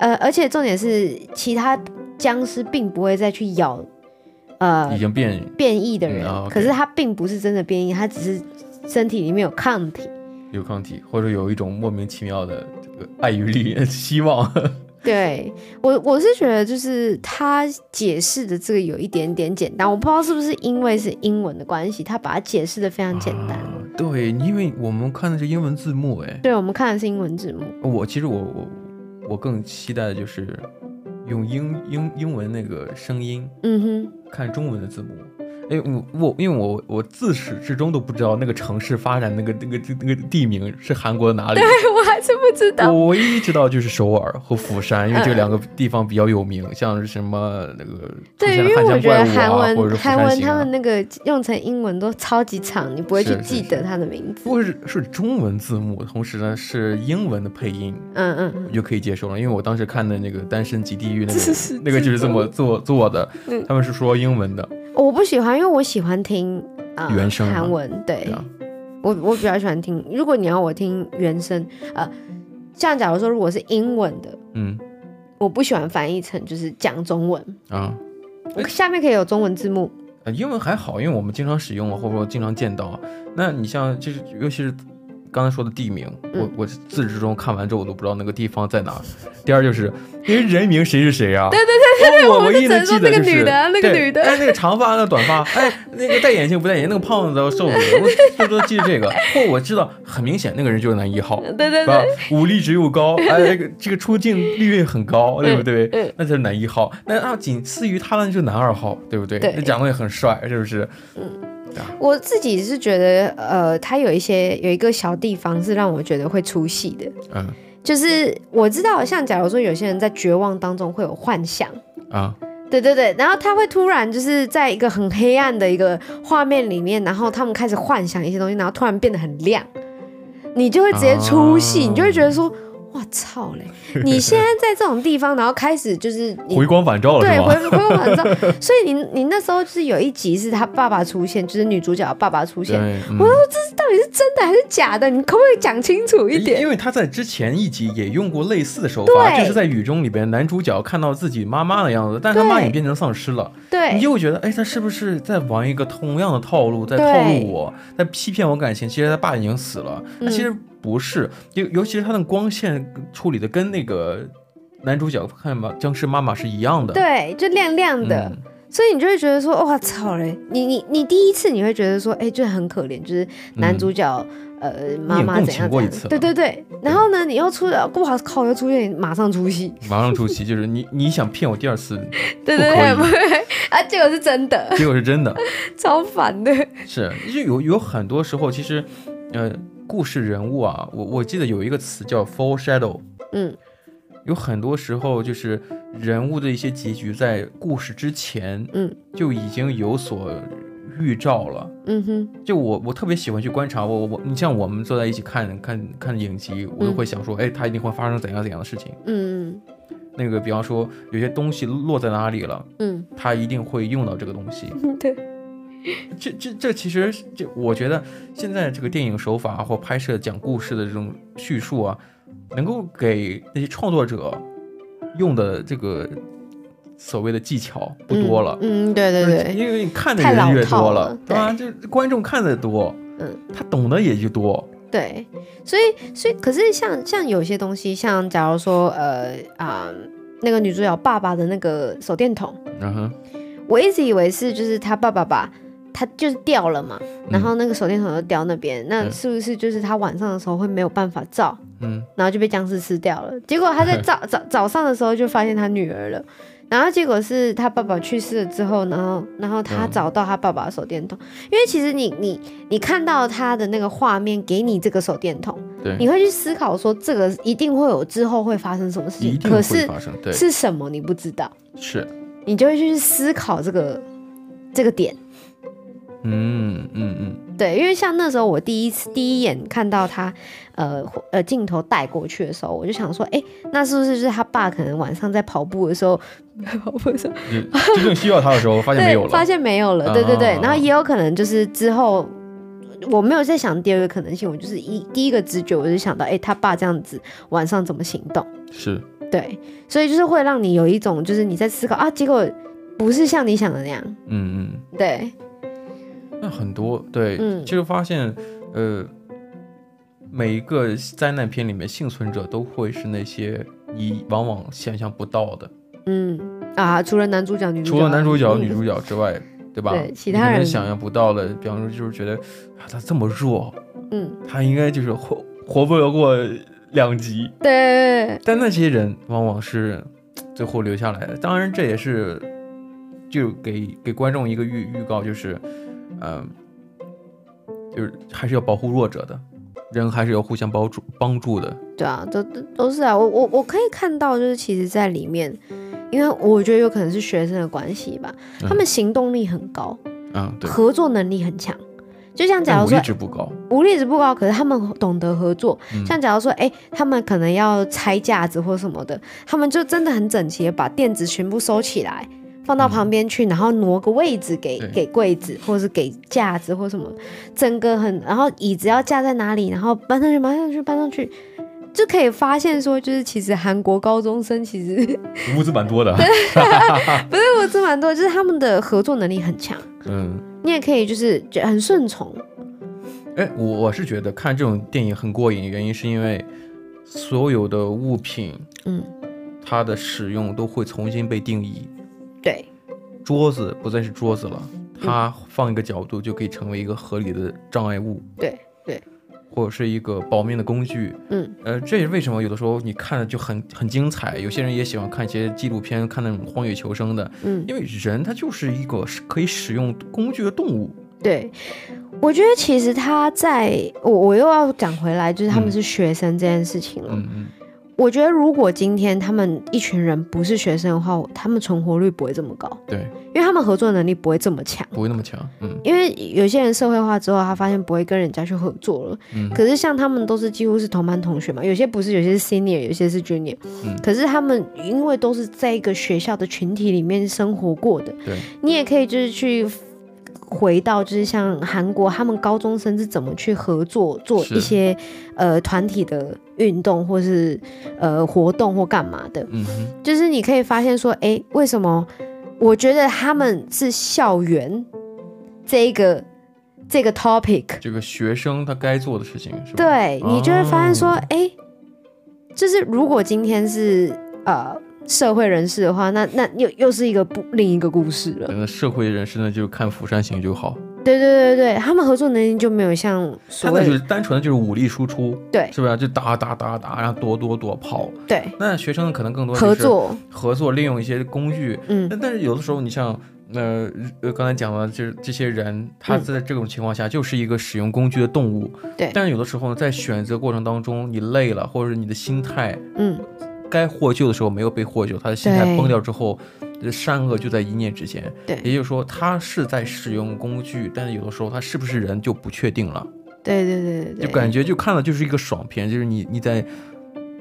[SPEAKER 2] 呃，而且重点是其他僵尸并不会再去咬呃
[SPEAKER 1] 已经变
[SPEAKER 2] 变异的人，
[SPEAKER 1] 嗯啊，OK
[SPEAKER 2] 可是他并不是真的变异，他只是身体里面有抗体。
[SPEAKER 1] 有抗体，或者有一种莫名其妙的这个爱与力、希望。
[SPEAKER 2] 对我，我是觉得就是他解释的这个有一点点简单，我不知道是不是因为是英文的关系，他把它解释的非常简单。
[SPEAKER 1] 啊对，因为我们看的是英文字幕，哎，
[SPEAKER 2] 对我们看的是英文字幕，
[SPEAKER 1] 我其实我我我更期待的就是用英英英文那个声音
[SPEAKER 2] 嗯哼，
[SPEAKER 1] 看中文的字幕。哎，我我因为我我自始至终都不知道那个城市发展那个那个那个地名是韩国哪里。
[SPEAKER 2] 我还真不知道。
[SPEAKER 1] 我唯一知道就是首尔和釜山，因
[SPEAKER 2] 嗯
[SPEAKER 1] 为这两个地方比较有名，像是什么那个出
[SPEAKER 2] 对，
[SPEAKER 1] 现
[SPEAKER 2] 因
[SPEAKER 1] 了
[SPEAKER 2] 为
[SPEAKER 1] 汉
[SPEAKER 2] 我
[SPEAKER 1] 江
[SPEAKER 2] 觉
[SPEAKER 1] 怪
[SPEAKER 2] 得
[SPEAKER 1] 物
[SPEAKER 2] 韩
[SPEAKER 1] 啊，
[SPEAKER 2] 文、
[SPEAKER 1] 或者是釜
[SPEAKER 2] 韩
[SPEAKER 1] 山
[SPEAKER 2] 文
[SPEAKER 1] 行
[SPEAKER 2] 他
[SPEAKER 1] 啊
[SPEAKER 2] 们。那个用成英文都超级长，你不会去
[SPEAKER 1] 是是
[SPEAKER 2] 记得他的名字。
[SPEAKER 1] 不过是是中文字幕，同时呢是英文的配音，
[SPEAKER 2] 嗯嗯嗯
[SPEAKER 1] 我就可以接受了。因为我当时看的那个《单身即地狱》那
[SPEAKER 2] 是是
[SPEAKER 1] 个那个就是这么做做的
[SPEAKER 2] 嗯，
[SPEAKER 1] 他们是说英文的，
[SPEAKER 2] 哦我不喜欢，因为我喜欢听呃
[SPEAKER 1] 原声啊
[SPEAKER 2] 韩文。对，
[SPEAKER 1] 对啊，
[SPEAKER 2] 我我比较喜欢听。如果你要我听原声，呃，像假如说如果是英文的，
[SPEAKER 1] 嗯
[SPEAKER 2] 我不喜欢翻译成就是讲中文，
[SPEAKER 1] 啊。
[SPEAKER 2] 我下面可以有中文字幕。
[SPEAKER 1] 呃，英文还好，因为我们经常使用，或者说经常见到。那你像就是，尤其是刚才说的地名，我
[SPEAKER 2] 嗯
[SPEAKER 1] 我自始至终看完之后，我都不知道那个地方在哪儿。第二就是因为人名谁是谁啊？对对对对对，我
[SPEAKER 2] 我们
[SPEAKER 1] 唯一
[SPEAKER 2] 就
[SPEAKER 1] 能
[SPEAKER 2] 只
[SPEAKER 1] 记得
[SPEAKER 2] 能说那
[SPEAKER 1] 就
[SPEAKER 2] 个女
[SPEAKER 1] 是
[SPEAKER 2] 的啊那个
[SPEAKER 1] 对
[SPEAKER 2] 女的
[SPEAKER 1] 哎，那个长发，那个短发，哎，那个戴眼镜不戴眼镜，那个胖子瘦子，我最多记得这个。或我知道很明显，那个人就是男一号。
[SPEAKER 2] 对 对
[SPEAKER 1] 吧
[SPEAKER 2] 对，？
[SPEAKER 1] 武力值又 高，哎，这个这个出镜率也很高，对不对？
[SPEAKER 2] 嗯
[SPEAKER 1] 那就是男一号，那那仅次于他的就是男二号，对不对？
[SPEAKER 2] 对
[SPEAKER 1] 那长得也很帅，是不是？
[SPEAKER 2] 我自己是觉得，呃，它有一些有一个小地方是让我觉得会出戏的，
[SPEAKER 1] 嗯
[SPEAKER 2] 就是我知道，像假如说有些人在绝望当中会有幻想。
[SPEAKER 1] 啊，
[SPEAKER 2] 对对对，然后他会突然就是在一个很黑暗的一个画面里面，然后他们开始幻想一些东西，然后突然变得很亮，你就会直接出戏，
[SPEAKER 1] 哦
[SPEAKER 2] 你就会觉得说，哇操嘞！你现在在这种地方，然后开始就是你
[SPEAKER 1] 回光返照了
[SPEAKER 2] 对
[SPEAKER 1] 是
[SPEAKER 2] 回
[SPEAKER 1] 吧？
[SPEAKER 2] 回过晚上，所以你你那时候就是有一集是他爸爸出现，就是女主角爸爸出现，
[SPEAKER 1] 对，嗯
[SPEAKER 2] 我说这到底是真的还是假的？你可不可以讲清楚一
[SPEAKER 1] 因
[SPEAKER 2] 点？
[SPEAKER 1] 因为他在之前一集也用过类似的手法，
[SPEAKER 2] 对
[SPEAKER 1] 就是在雨中里边，男主角看到自己妈妈的样子，但是他
[SPEAKER 2] 对
[SPEAKER 1] 妈也变成丧尸了，你
[SPEAKER 2] 对
[SPEAKER 1] 就会觉得，哎，他是不是在玩一个同样的套路，在
[SPEAKER 2] 对
[SPEAKER 1] 套路我，在欺骗我感情？其实他爸已经死了，但其实
[SPEAKER 2] 嗯
[SPEAKER 1] 不是，尤、尤其是他的光线处理的跟那个男主角看嘛僵尸妈妈是一样的，
[SPEAKER 2] 对，就亮亮
[SPEAKER 1] 嗯，
[SPEAKER 2] 的。所以你就会觉得说，哇操嘞！你你你第一次你会觉得说，哎、就很可怜，就是男主角、呃妈妈
[SPEAKER 1] 嗯共
[SPEAKER 2] 怎
[SPEAKER 1] 情
[SPEAKER 2] 样
[SPEAKER 1] 过
[SPEAKER 2] 怎
[SPEAKER 1] 一
[SPEAKER 2] 样
[SPEAKER 1] 次，
[SPEAKER 2] 对对对。然后呢，你又出了，哇靠，又出现马上出戏，
[SPEAKER 1] 马上出奇，就是你你想骗我第二次，
[SPEAKER 2] 对
[SPEAKER 1] 不
[SPEAKER 2] 对
[SPEAKER 1] 可
[SPEAKER 2] 对，
[SPEAKER 1] 以
[SPEAKER 2] 不会 啊，结果是真的，
[SPEAKER 1] 结果是 真的，
[SPEAKER 2] 超烦的。
[SPEAKER 1] 是就有有很多时候其实，呃，故事人物啊，我我记得有一个词叫 foreshadow，
[SPEAKER 2] 嗯，
[SPEAKER 1] 有很多时候就是人物的一些结局在故事之前，
[SPEAKER 2] 嗯，
[SPEAKER 1] 就已经有所预兆了。
[SPEAKER 2] 嗯哼，
[SPEAKER 1] 就我我特别喜欢去观察，我我我，你像我们坐在一起看看看影集，我都
[SPEAKER 2] 嗯
[SPEAKER 1] 会想说，哎，它一定会发生怎样怎样的事情。
[SPEAKER 2] 嗯
[SPEAKER 1] 那个，比方说有些东西落在哪里了，
[SPEAKER 2] 嗯
[SPEAKER 1] 它一定会用到这个东西。
[SPEAKER 2] 嗯，对，
[SPEAKER 1] 这这这其实是这，我觉得现在这个电影手法啊或拍摄讲故事的这种叙述啊，能够给那些创作者用的这个所谓的技巧不多了。
[SPEAKER 2] 嗯，嗯对对
[SPEAKER 1] 就是
[SPEAKER 2] 对，
[SPEAKER 1] 因为你看的
[SPEAKER 2] 太
[SPEAKER 1] 人
[SPEAKER 2] 老
[SPEAKER 1] 越
[SPEAKER 2] 套
[SPEAKER 1] 多
[SPEAKER 2] 了
[SPEAKER 1] 对吧？就是观众看的多，
[SPEAKER 2] 嗯，
[SPEAKER 1] 他懂得也就多，
[SPEAKER 2] 对，所以所以可是像像有些东西，像假如说呃啊、那个女主角爸爸的那个手电筒。
[SPEAKER 1] 嗯哼，
[SPEAKER 2] 我一直以为是就是他爸爸把他就是掉了嘛，然后那个手电筒就掉那边，那
[SPEAKER 1] 嗯
[SPEAKER 2] 是不是就是他晚上的时候会没有办法照，
[SPEAKER 1] 嗯，
[SPEAKER 2] 然后就被僵尸吃掉了？结果他 在早早早上的时候就发现他女儿了。然后结果是他爸爸去世了之后，然后然后他
[SPEAKER 1] 嗯
[SPEAKER 2] 找到他爸爸的手电筒，因为其实你你你看到他的那个画面，给你这个手电筒，
[SPEAKER 1] 对，
[SPEAKER 2] 你会去思考说这个一定会有之后会发生什么事
[SPEAKER 1] 一
[SPEAKER 2] 情，
[SPEAKER 1] 定
[SPEAKER 2] 可
[SPEAKER 1] 会
[SPEAKER 2] 是
[SPEAKER 1] 发生，对，
[SPEAKER 2] 是什么你不知道。
[SPEAKER 1] 是，
[SPEAKER 2] 你就会去思考这个这个点。
[SPEAKER 1] 嗯嗯嗯，
[SPEAKER 2] 对，因为像那时候我第一次第一眼看到他，呃呃镜头带过去的时候，我就想说，哎，那是不是就是他爸可能晚上在跑步的时候， 跑步的时候，
[SPEAKER 1] 就真正需要他的时候，发现没有
[SPEAKER 2] 对，发
[SPEAKER 1] 了，
[SPEAKER 2] 现没有了，
[SPEAKER 1] 啊
[SPEAKER 2] 对对对，然后也有可能就是之后。我没有在想第二个可能性，我就是一第一个直觉，我就想到，哎、他爸这样子晚上怎么行动？
[SPEAKER 1] 是，
[SPEAKER 2] 对，所以就是会让你有一种，就是你在思考啊，结果不是像你想的那样，
[SPEAKER 1] 嗯嗯。
[SPEAKER 2] 对，
[SPEAKER 1] 那很多对，
[SPEAKER 2] 嗯
[SPEAKER 1] 就是发现，呃，每一个灾难片里面幸存者都会是那些你往往想象不到的，
[SPEAKER 2] 嗯啊，除了男主角、女主角，
[SPEAKER 1] 除了男主角、
[SPEAKER 2] 嗯
[SPEAKER 1] 女主角之外，对吧？
[SPEAKER 2] 对其
[SPEAKER 1] 你
[SPEAKER 2] 他
[SPEAKER 1] 可能
[SPEAKER 2] 人
[SPEAKER 1] 想象不到的，比方说就是觉得啊，他这么弱，
[SPEAKER 2] 嗯，
[SPEAKER 1] 他应该就是活活不过两极。
[SPEAKER 2] 对对对
[SPEAKER 1] 但那些人往往是最后留下来的。当然，这也是就给给观众一个预预告，就是，嗯、就是还是要保护弱者的，人还是要互相帮助帮助的。
[SPEAKER 2] 对啊，都都都是啊，我我我可以看到，就是其实在里面，因为我觉得有可能是学生的关系吧，他们行动力很高，
[SPEAKER 1] 啊、嗯对。
[SPEAKER 2] 合作能力很强。就像假
[SPEAKER 1] 但
[SPEAKER 2] 如
[SPEAKER 1] 我
[SPEAKER 2] 说
[SPEAKER 1] 一直不高，
[SPEAKER 2] 武力值不高，可是他们懂得合作。
[SPEAKER 1] 嗯
[SPEAKER 2] 像假如说，哎、他们可能要拆架子或什么的，他们就真的很整齐，把垫子全部收起来，放到旁边去，然后挪个位置给
[SPEAKER 1] 对
[SPEAKER 2] 给柜子，或是给架子或什么，整个很，然后椅子要架在哪里，然后搬上去，搬上去，搬上去。就可以发现说，就是其实韩国高中生其实
[SPEAKER 1] 屋子蛮多的。
[SPEAKER 2] 不是我这蛮多，就是他们的合作能力很强，
[SPEAKER 1] 嗯，
[SPEAKER 2] 你也可以就是就很顺从，
[SPEAKER 1] 哎，我我是觉得看这种电影很过瘾，原因是因为所有的物品
[SPEAKER 2] 嗯，
[SPEAKER 1] 它的使用都会重新被定义。
[SPEAKER 2] 对，
[SPEAKER 1] 桌子不再是桌子了，
[SPEAKER 2] 嗯
[SPEAKER 1] 它放一个角度就可以成为一个合理的障碍物，
[SPEAKER 2] 对对，
[SPEAKER 1] 或者是一个保命的工具。
[SPEAKER 2] 嗯，
[SPEAKER 1] 呃，这也是为什么有的时候你看的就很很精彩，有些人也喜欢看一些纪录片，看那种荒野求生的，
[SPEAKER 2] 嗯，
[SPEAKER 1] 因为人他就是一个是可以使用工具的动物。
[SPEAKER 2] 对，我觉得其实他在我我又要讲回来，就是他们
[SPEAKER 1] 嗯
[SPEAKER 2] 是学生这件事情了。
[SPEAKER 1] 嗯嗯，
[SPEAKER 2] 我觉得如果今天他们一群人不是学生的话，我他们存活率不会这么高，
[SPEAKER 1] 对，
[SPEAKER 2] 因为他们合作能力不会这么强。
[SPEAKER 1] 不会那么强。嗯
[SPEAKER 2] 因为有些人社会化之后，他发现不会跟人家去合作了。
[SPEAKER 1] 嗯
[SPEAKER 2] 可是像他们都是几乎是同班同学嘛，有些不是，有些是 senior，有些是 junior。
[SPEAKER 1] 嗯
[SPEAKER 2] 可是他们因为都是在一个学校的群体里面生活过的，
[SPEAKER 1] 对，
[SPEAKER 2] 你也可以就是去回到就是像韩国他们高中生是怎么去合作做
[SPEAKER 1] 是
[SPEAKER 2] 一些呃团体的运动或是呃活动或干嘛的，
[SPEAKER 1] 嗯哼，
[SPEAKER 2] 就是你可以发现说，哎、为什么？我觉得他们是校园这一个这个 topic，
[SPEAKER 1] 这个学生他该做的事情是吧？
[SPEAKER 2] 对你就会发现说
[SPEAKER 1] 哦，
[SPEAKER 2] 哎、就是如果今天是呃社会人士的话，那那又又是一个不另一个故事了。
[SPEAKER 1] 呃，社会人士呢就看《釜山行》就好，
[SPEAKER 2] 对对对对，他们合作能力就没有像
[SPEAKER 1] 他
[SPEAKER 2] 所
[SPEAKER 1] 那
[SPEAKER 2] 谓
[SPEAKER 1] 就是单纯的就是武力输出，
[SPEAKER 2] 对
[SPEAKER 1] 是吧？就打打打打，然后躲躲躲跑。
[SPEAKER 2] 对
[SPEAKER 1] 那学生可能更多就是呃
[SPEAKER 2] 合作，
[SPEAKER 1] 合作，利用一些工具。
[SPEAKER 2] 嗯，
[SPEAKER 1] 但但是有的时候，你像呃呃刚才讲了，就是这些人，他在这种情况下就是一个使用工具的动物。
[SPEAKER 2] 嗯对
[SPEAKER 1] 但是有的时候呢，在选择过程当中，你累了，或者是你的心态
[SPEAKER 2] 嗯，
[SPEAKER 1] 该获救的时候没有被获救，他的心态
[SPEAKER 2] 对
[SPEAKER 1] 崩掉之后，这善恶就在一念之间。
[SPEAKER 2] 对
[SPEAKER 1] 也就是说，他是在使用工具，但是有的时候他是不是人就不确定了，
[SPEAKER 2] 对对对对对，
[SPEAKER 1] 就感觉就看了就是一个爽片，就是你你在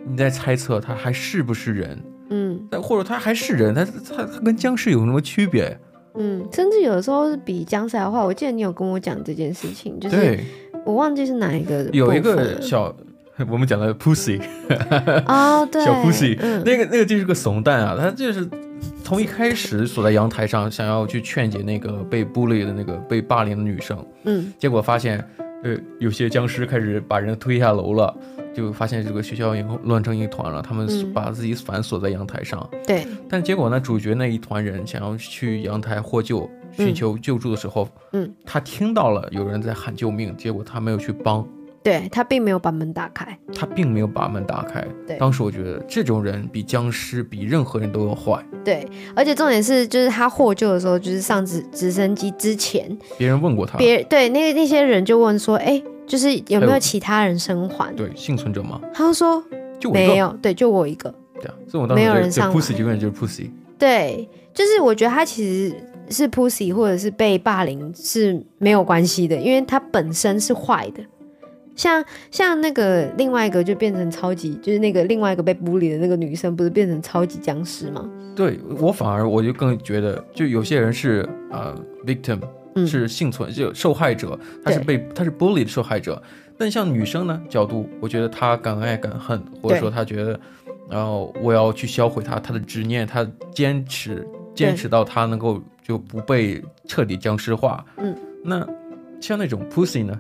[SPEAKER 1] 你在猜测他还是不是人，
[SPEAKER 2] 嗯
[SPEAKER 1] 但或者他还是人，他他他跟僵尸有什么区别？
[SPEAKER 2] 嗯，甚至有的时候是比僵尸还坏。我记得你有跟我讲这件事情，就是
[SPEAKER 1] 对，
[SPEAKER 2] 我忘记是哪一个
[SPEAKER 1] 有一
[SPEAKER 2] 部分
[SPEAKER 1] 个
[SPEAKER 2] 了
[SPEAKER 1] 小。 我们讲的 pussy
[SPEAKER 2] 哦，对，
[SPEAKER 1] 小 pussy，、
[SPEAKER 2] 嗯，
[SPEAKER 1] 那个那个就是个怂蛋啊，他就是从一开始锁在阳台上，想要去劝解那个被 bully 的那个被霸凌的女生，
[SPEAKER 2] 嗯
[SPEAKER 1] 结果发现，呃，有些僵尸开始把人推下楼了，就发现这个学校已经乱成一团了。他们
[SPEAKER 2] 嗯
[SPEAKER 1] 把自己反锁在阳台上，
[SPEAKER 2] 对，
[SPEAKER 1] 但结果呢，主角那一团人想要去阳台获救，寻求救助的时候，
[SPEAKER 2] 嗯，
[SPEAKER 1] 他听到了有人在喊救命，结果他没有去帮，
[SPEAKER 2] 对他并没有把门打开，
[SPEAKER 1] 他并没有把门打开。
[SPEAKER 2] 对
[SPEAKER 1] 当时我觉得这种人比僵尸比任何人都要坏。
[SPEAKER 2] 对，而且重点是，就是他获救的时候，就是上直直升机之前，
[SPEAKER 1] 别人问过他，
[SPEAKER 2] 别对那那些人就问说，哎，就是
[SPEAKER 1] 啊
[SPEAKER 2] 有没
[SPEAKER 1] 还
[SPEAKER 2] 有
[SPEAKER 1] 有
[SPEAKER 2] 其他人生还？
[SPEAKER 1] 对幸存者嘛，
[SPEAKER 2] 他就说
[SPEAKER 1] 就我一个
[SPEAKER 2] 没，有，对，就我一个。
[SPEAKER 1] 对啊，所以我当时
[SPEAKER 2] 没有
[SPEAKER 1] 觉得
[SPEAKER 2] 人
[SPEAKER 1] 这
[SPEAKER 2] 上
[SPEAKER 1] pussy 这个人就是 pussy，
[SPEAKER 2] 对，就是我觉得他其实是 pussy 或者是被霸凌是没有关系的，因为他本身是坏的。像像那个另外一个就变成超级，就是那个另外一个被bully 的那个女生，不是变成超级僵尸吗？
[SPEAKER 1] 对我反而我就更觉得，就有些人是呃 victim，
[SPEAKER 2] 嗯
[SPEAKER 1] 是幸存就受害者，他是被他是 bully 的受害者。但像女生呢角度，我觉得她敢爱敢恨，或者
[SPEAKER 2] 对
[SPEAKER 1] 说她觉得，然后我要去销毁她她的执念，她坚持坚持到她能够就不被彻底僵尸化。
[SPEAKER 2] 嗯，
[SPEAKER 1] 那像那种 pussy 呢，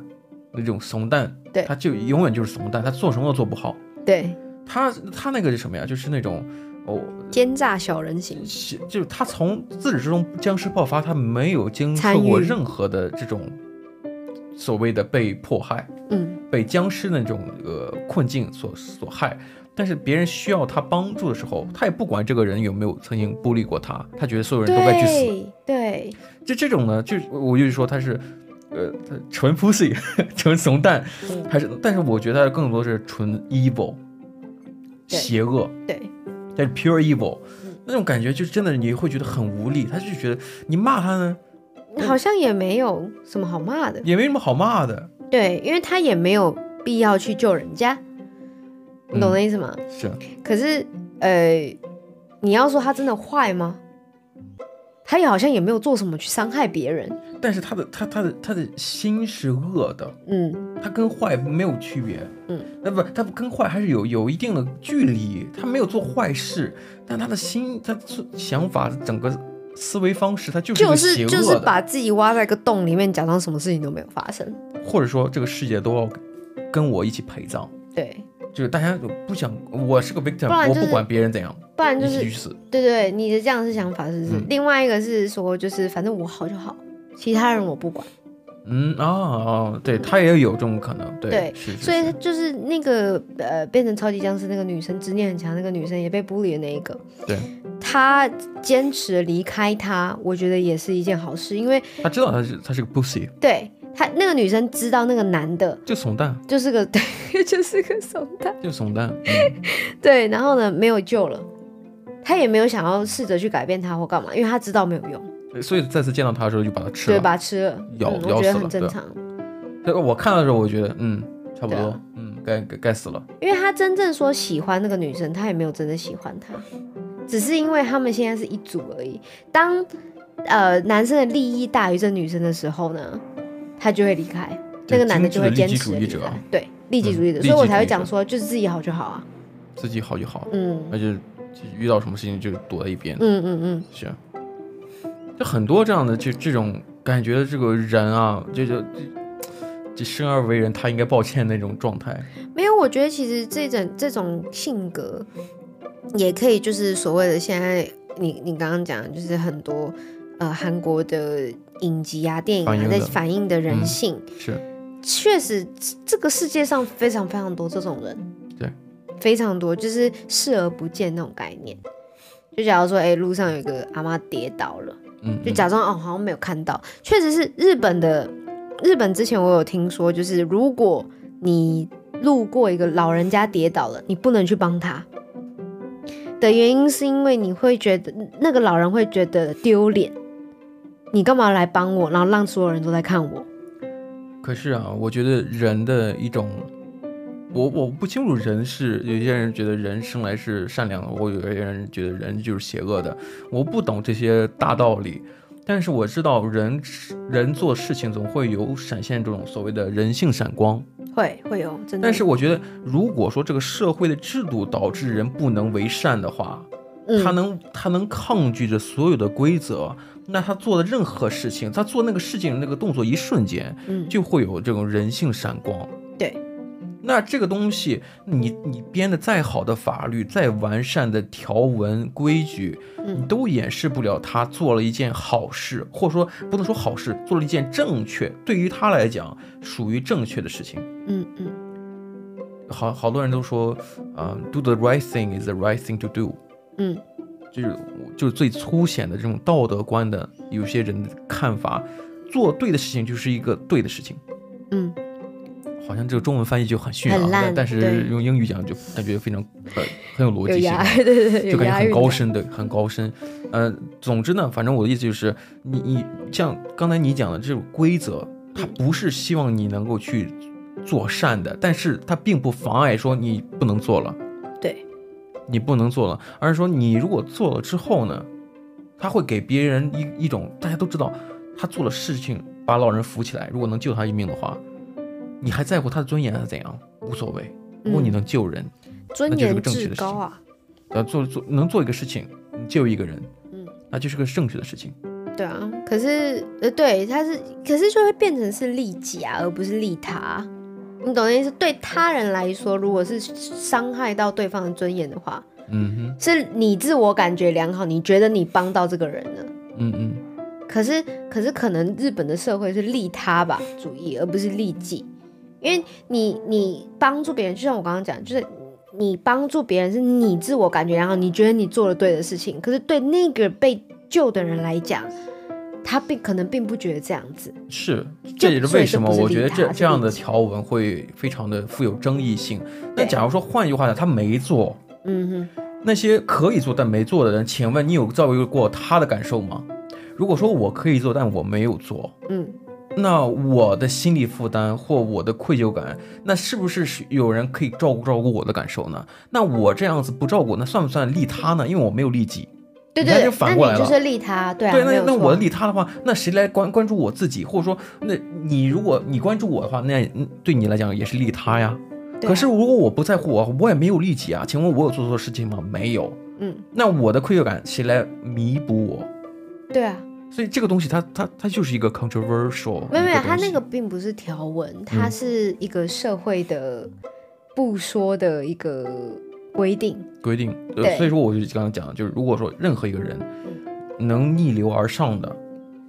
[SPEAKER 1] 那种怂蛋，
[SPEAKER 2] 对
[SPEAKER 1] 他就永远就是怂蛋，他做什么都做不好。
[SPEAKER 2] 对，
[SPEAKER 1] 他他那个是什么呀？就是那种哦，
[SPEAKER 2] 奸诈小人型。
[SPEAKER 1] 是就是他从自始至终僵尸爆发，他没有经
[SPEAKER 2] 参
[SPEAKER 1] 受过
[SPEAKER 2] 与
[SPEAKER 1] 任何的这种所谓的被迫害、
[SPEAKER 2] 嗯
[SPEAKER 1] 被僵尸的那种呃困境所所害。但是别人需要他帮助的时候，他也不管这个人有没有曾经孤立过他，他觉得所有人都该去死。
[SPEAKER 2] 对对，
[SPEAKER 1] 就这种呢，就是我我就是说他是，呃，他纯 pussy，纯 怂蛋，
[SPEAKER 2] 嗯
[SPEAKER 1] 还是，但是我觉得他更多是纯 evil，
[SPEAKER 2] 对
[SPEAKER 1] 邪恶，
[SPEAKER 2] 对
[SPEAKER 1] 但是 pure evil，
[SPEAKER 2] 嗯
[SPEAKER 1] 那种感觉就真的你会觉得很无力，他就觉得你骂他呢
[SPEAKER 2] 好像也没有什么好骂的，
[SPEAKER 1] 也没什么好骂的，
[SPEAKER 2] 对，因为他也没有必要去救人家，你懂
[SPEAKER 1] 嗯
[SPEAKER 2] 那意思吗？
[SPEAKER 1] 是
[SPEAKER 2] 可是，呃，你要说他真的坏吗？他也好像也没有做什么去伤害别人，
[SPEAKER 1] 但是他的他他的他的心是恶的，
[SPEAKER 2] 嗯，
[SPEAKER 1] 他跟坏没有区别，
[SPEAKER 2] 嗯，
[SPEAKER 1] 那不他跟坏还是有有一定的距离，他没有做坏事，但他的心他的想法整个思维方式他就是一
[SPEAKER 2] 就
[SPEAKER 1] 个
[SPEAKER 2] 是
[SPEAKER 1] 邪恶的，
[SPEAKER 2] 就是把自己挖在一个洞里面，假装什么事情都没有发生，
[SPEAKER 1] 或者说这个世界都要跟我一起陪葬。
[SPEAKER 2] 对，
[SPEAKER 1] 就是大家不想，我是个 victim，
[SPEAKER 2] 不然就是
[SPEAKER 1] 我不管别人怎样，
[SPEAKER 2] 不然就
[SPEAKER 1] 一
[SPEAKER 2] 是
[SPEAKER 1] 起去死。
[SPEAKER 2] 对对，你的这样是想法是不是？
[SPEAKER 1] 嗯
[SPEAKER 2] 另外一个是说，就是反正我好就好，其他人我不管。
[SPEAKER 1] 嗯啊哦，对他也有这种可能，对，
[SPEAKER 2] 对
[SPEAKER 1] 是是
[SPEAKER 2] 所以
[SPEAKER 1] 是
[SPEAKER 2] 就是那个呃，变成超级僵尸那个女生执念很强，那个女生也被孤立的那一个，
[SPEAKER 1] 对，
[SPEAKER 2] 她坚持离开他，我觉得也是一件好事，因为
[SPEAKER 1] 他知道他是他是个 pussy，
[SPEAKER 2] 对她那个女生知道那个男的
[SPEAKER 1] 就怂蛋，
[SPEAKER 2] 就是个 对，就是个怂蛋，
[SPEAKER 1] 就怂蛋。嗯
[SPEAKER 2] 对，然后呢没有救了，她也没有想要试着去改变他或干嘛，因为她知道没有用，
[SPEAKER 1] 对所以再次见到他的时候就把他吃
[SPEAKER 2] 对
[SPEAKER 1] 了。
[SPEAKER 2] 吧？吃了，
[SPEAKER 1] 咬
[SPEAKER 2] 嗯、
[SPEAKER 1] 咬
[SPEAKER 2] 我觉得
[SPEAKER 1] 啊死
[SPEAKER 2] 很
[SPEAKER 1] 了
[SPEAKER 2] 正
[SPEAKER 1] 对
[SPEAKER 2] 常。
[SPEAKER 1] 所以我看到的时候，我觉得嗯，差不
[SPEAKER 2] 对啊
[SPEAKER 1] 多，嗯，该该该死了。
[SPEAKER 2] 因为他真正说喜欢那个女生，他也没有真的喜欢她，只是因为他们现在是一组而已。当呃男生的利益大于这女生的时候呢，他就会离开，那
[SPEAKER 1] 对
[SPEAKER 2] 个男就会坚
[SPEAKER 1] 精致
[SPEAKER 2] 持
[SPEAKER 1] 的利己主义者
[SPEAKER 2] 离开对，利己主义者，
[SPEAKER 1] 嗯
[SPEAKER 2] 所以我才
[SPEAKER 1] 利己主义者
[SPEAKER 2] 会讲说，就是自己好就好啊。
[SPEAKER 1] 自己好就好，
[SPEAKER 2] 嗯
[SPEAKER 1] 那就就遇到什么事情就躲在一边。
[SPEAKER 2] 嗯嗯嗯，
[SPEAKER 1] 是，就很多这样的就这种感觉，这个人啊，就就就就生而为人，他应该抱歉那种状态。
[SPEAKER 2] 没有，我觉得其实这种这种性格也可以，就是所谓的现在你你刚刚讲的，就是很多呃韩国的影集啊、电影
[SPEAKER 1] 反
[SPEAKER 2] 啊
[SPEAKER 1] 映
[SPEAKER 2] 在
[SPEAKER 1] 的
[SPEAKER 2] 反映的人
[SPEAKER 1] 嗯
[SPEAKER 2] 性。
[SPEAKER 1] 是，
[SPEAKER 2] 确实，这个世界上非常非常多这种人，
[SPEAKER 1] 对，
[SPEAKER 2] 非常多，就是视而不见那种概念。就假如说，哎、路上有一个阿妈跌倒了，
[SPEAKER 1] 嗯，
[SPEAKER 2] 就
[SPEAKER 1] 嗯
[SPEAKER 2] 假装哦，好像没有看到。确实是日本的，日本之前我有听说，就是如果你路过一个老人家跌倒了，你不能去帮他的原因，是因为你会觉得那个老人会觉得丢脸，你干嘛来帮我，然后让所有人都在看我？
[SPEAKER 1] 可是啊，我觉得人的一种，我我不清楚人是有些人觉得人生来是善良的，我有些人觉得人就是邪恶的，我不懂这些大道理。但是我知道人人做事情总会有闪现这种所谓的人性闪光，
[SPEAKER 2] 会会有，真的。
[SPEAKER 1] 但是我觉得，如果说这个社会的制度导致人不能为善的话，
[SPEAKER 2] 嗯
[SPEAKER 1] 他能他能抗拒着所有的规则，那他做的任何事情，他做那个事情的那个动作一瞬间，
[SPEAKER 2] 嗯，
[SPEAKER 1] 就会有这种人性闪光。
[SPEAKER 2] 对，
[SPEAKER 1] 那这个东西，你你编的再好的法律，再完善的条文规矩，你
[SPEAKER 2] 嗯
[SPEAKER 1] 都掩饰不了他做了一件好事，或者说不能说好事，做了一件正确，对于他来讲属于正确的事情。
[SPEAKER 2] 嗯嗯，
[SPEAKER 1] 好好多人都说，嗯、d o the right thing is the right thing to do，
[SPEAKER 2] 嗯，
[SPEAKER 1] 就是我就是最粗显的这种道德观的有些人的看法，做对的事情就是一个对的事情。
[SPEAKER 2] 嗯，
[SPEAKER 1] 好像这个中文翻译就很逊
[SPEAKER 2] 很
[SPEAKER 1] 啊，
[SPEAKER 2] 烂
[SPEAKER 1] 但但是
[SPEAKER 2] 对
[SPEAKER 1] 用英语讲就感觉非常呃很有逻
[SPEAKER 2] 有
[SPEAKER 1] 辑性
[SPEAKER 2] 牙
[SPEAKER 1] 啊，，
[SPEAKER 2] 对对对，
[SPEAKER 1] 就
[SPEAKER 2] 有
[SPEAKER 1] 感觉
[SPEAKER 2] 押韵
[SPEAKER 1] 很
[SPEAKER 2] 的
[SPEAKER 1] 高，深，对，很高深。呃，总之呢，反正我的意思就是，你你像刚才你讲的这种规则，它不是希望你能够去做善的，但是它并不妨碍说你不能做了。
[SPEAKER 2] 对，
[SPEAKER 1] 你不能做了，而是说你如果做了之后呢，他会给别人一一种大家都知道他做了事情，把老人扶起来，如果能救他一命的话，你还在乎他的尊严还是怎样？无所谓，如果你
[SPEAKER 2] 嗯
[SPEAKER 1] 能救人，
[SPEAKER 2] 尊
[SPEAKER 1] 那就是
[SPEAKER 2] 严
[SPEAKER 1] 个正确
[SPEAKER 2] 至
[SPEAKER 1] 的事
[SPEAKER 2] 高啊，
[SPEAKER 1] 呃、做做能做一个事情，你救一个人，
[SPEAKER 2] 嗯，
[SPEAKER 1] 那就是个正确的事情。
[SPEAKER 2] 对啊，可是呃，对，他是，可是就会变成是利己啊，而不是利他。啊你懂的意思？对他人来说，如果是伤害到对方的尊严的话，
[SPEAKER 1] 嗯
[SPEAKER 2] 是你自我感觉良好，你觉得你帮到这个人了，
[SPEAKER 1] 哼，嗯嗯，
[SPEAKER 2] 可是可是可能日本的社会是利他吧主义，而不是利己，因为你你帮助别人，就像我刚刚讲，就是你帮助别人是你自我感觉良好，你觉得你做了对的事情，可是对那个被救的人来讲，他并可能并不觉得这样子。
[SPEAKER 1] 是，这
[SPEAKER 2] 就
[SPEAKER 1] 也是
[SPEAKER 2] 所以
[SPEAKER 1] 为
[SPEAKER 2] 这
[SPEAKER 1] 什么
[SPEAKER 2] 不是
[SPEAKER 1] 我
[SPEAKER 2] 利
[SPEAKER 1] 觉得
[SPEAKER 2] 他
[SPEAKER 1] 这
[SPEAKER 2] 是
[SPEAKER 1] 这样
[SPEAKER 2] 利
[SPEAKER 1] 的
[SPEAKER 2] 己
[SPEAKER 1] 条文会非常的富有争议性。那
[SPEAKER 2] 对
[SPEAKER 1] 假如说换句话讲，他没做，
[SPEAKER 2] 嗯哼。
[SPEAKER 1] 那些可以做但没做的人，请问你有照顾过他的感受吗？如果说我可以做，但我没有做，
[SPEAKER 2] 嗯，
[SPEAKER 1] 那我的心理负担或我的愧疚感，那是不是是有人可以照顾照顾我的感受呢？那我这样子不照顾，那算不算利他呢？因为我没有利己。
[SPEAKER 2] 对
[SPEAKER 1] 你看
[SPEAKER 2] 对，
[SPEAKER 1] 就
[SPEAKER 2] 对
[SPEAKER 1] 反
[SPEAKER 2] 那
[SPEAKER 1] 过来
[SPEAKER 2] 你就
[SPEAKER 1] 了
[SPEAKER 2] 是利他，对啊，
[SPEAKER 1] 对，
[SPEAKER 2] 没
[SPEAKER 1] 那
[SPEAKER 2] 有
[SPEAKER 1] 那
[SPEAKER 2] 错
[SPEAKER 1] 我利他的话，那谁来关关注我自己，或者说，那你如果你关注我的话，那嗯对你来讲也是利他呀。
[SPEAKER 2] 对啊
[SPEAKER 1] 可是如果我不在乎我，我也没有利己啊。请问我有做错事情吗？没有。
[SPEAKER 2] 嗯，
[SPEAKER 1] 那我的愧疚感谁来弥补我？
[SPEAKER 2] 对啊，
[SPEAKER 1] 所以这个东西它它它就是一个 controversial，
[SPEAKER 2] 没有没有，
[SPEAKER 1] 一
[SPEAKER 2] 他那个
[SPEAKER 1] 东西嗯
[SPEAKER 2] 并不是条文，它是一个社会的不说的一个规定。
[SPEAKER 1] 规定，呃，
[SPEAKER 2] 对
[SPEAKER 1] 所以说我就刚刚讲的，就是如果说任何一个人能逆流而上的，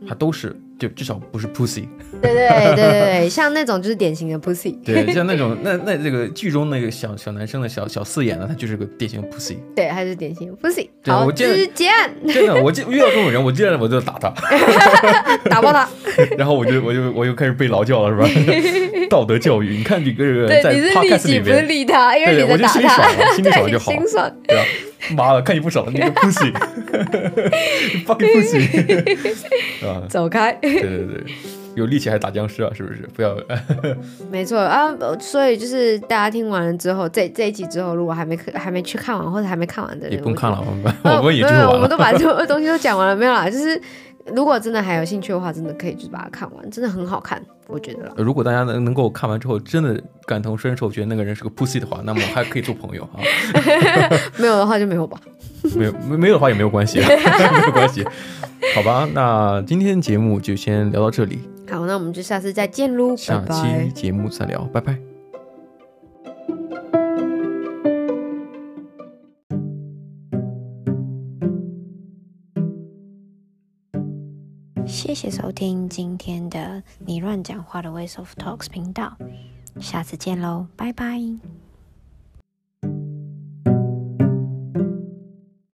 [SPEAKER 1] 他都是就至少不是 pussy。
[SPEAKER 2] 对对对对对，像那种就是典型的 pussy。
[SPEAKER 1] 对，像那种那那这个剧中那个小小男生的小小四眼呢，他就是个典型的 pussy。
[SPEAKER 2] 对，他是典型的 pussy。
[SPEAKER 1] 对
[SPEAKER 2] 好，
[SPEAKER 1] 我记得
[SPEAKER 2] 这是结案，
[SPEAKER 1] 真的，我见遇到这种人，我见了我就打 他，
[SPEAKER 2] 打 爆他。
[SPEAKER 1] 然后我就我就我就开始被劳教了，是 吧？道德教育，你看你个人在
[SPEAKER 2] 对，你是利
[SPEAKER 1] podcast 里
[SPEAKER 2] 己，不是
[SPEAKER 1] 面，
[SPEAKER 2] 利他，因为
[SPEAKER 1] 对
[SPEAKER 2] 你在
[SPEAKER 1] 我就
[SPEAKER 2] 打
[SPEAKER 1] 心里爽
[SPEAKER 2] 他，
[SPEAKER 1] 了， 心里爽就好，
[SPEAKER 2] 心 爽。
[SPEAKER 1] 对吧？妈的，看你不爽，你个 pussy，fucking pussy，啊，
[SPEAKER 2] 走开。
[SPEAKER 1] 对对对，有力气还打僵尸啊，是不是？不要，
[SPEAKER 2] 没错啊，呃所以就是大家听完了之后，这这一集之后，如果还没看还没去看完或者还没看完的人，
[SPEAKER 1] 也不用
[SPEAKER 2] 我觉
[SPEAKER 1] 看
[SPEAKER 2] 得
[SPEAKER 1] 了，我们
[SPEAKER 2] 哦
[SPEAKER 1] 我们也
[SPEAKER 2] 没
[SPEAKER 1] 就
[SPEAKER 2] 有没有我
[SPEAKER 1] 完
[SPEAKER 2] 们
[SPEAKER 1] 了。
[SPEAKER 2] 都把所有 东西都讲完了，没有啦。就是如果真的还有兴趣的话，真的可以就是把它看完，真的很好看，我觉得啦。
[SPEAKER 1] 如果大家能能够看完之后真的感同身受，觉得那个人是个 pussy 的话，那么还可以做朋友啊。
[SPEAKER 2] 没有的话就没有吧。
[SPEAKER 1] 没有没没有的话也没有关系，啊， 没有关系。好吧，那今天节目就先聊到这里，
[SPEAKER 2] 好，那我们就下次再见喽，拜
[SPEAKER 1] 下
[SPEAKER 2] 拜
[SPEAKER 1] 期。节目再聊，拜拜。
[SPEAKER 3] 谢谢收听今天的你乱讲话的 Ways of Talks 频道，下次见喽，拜拜。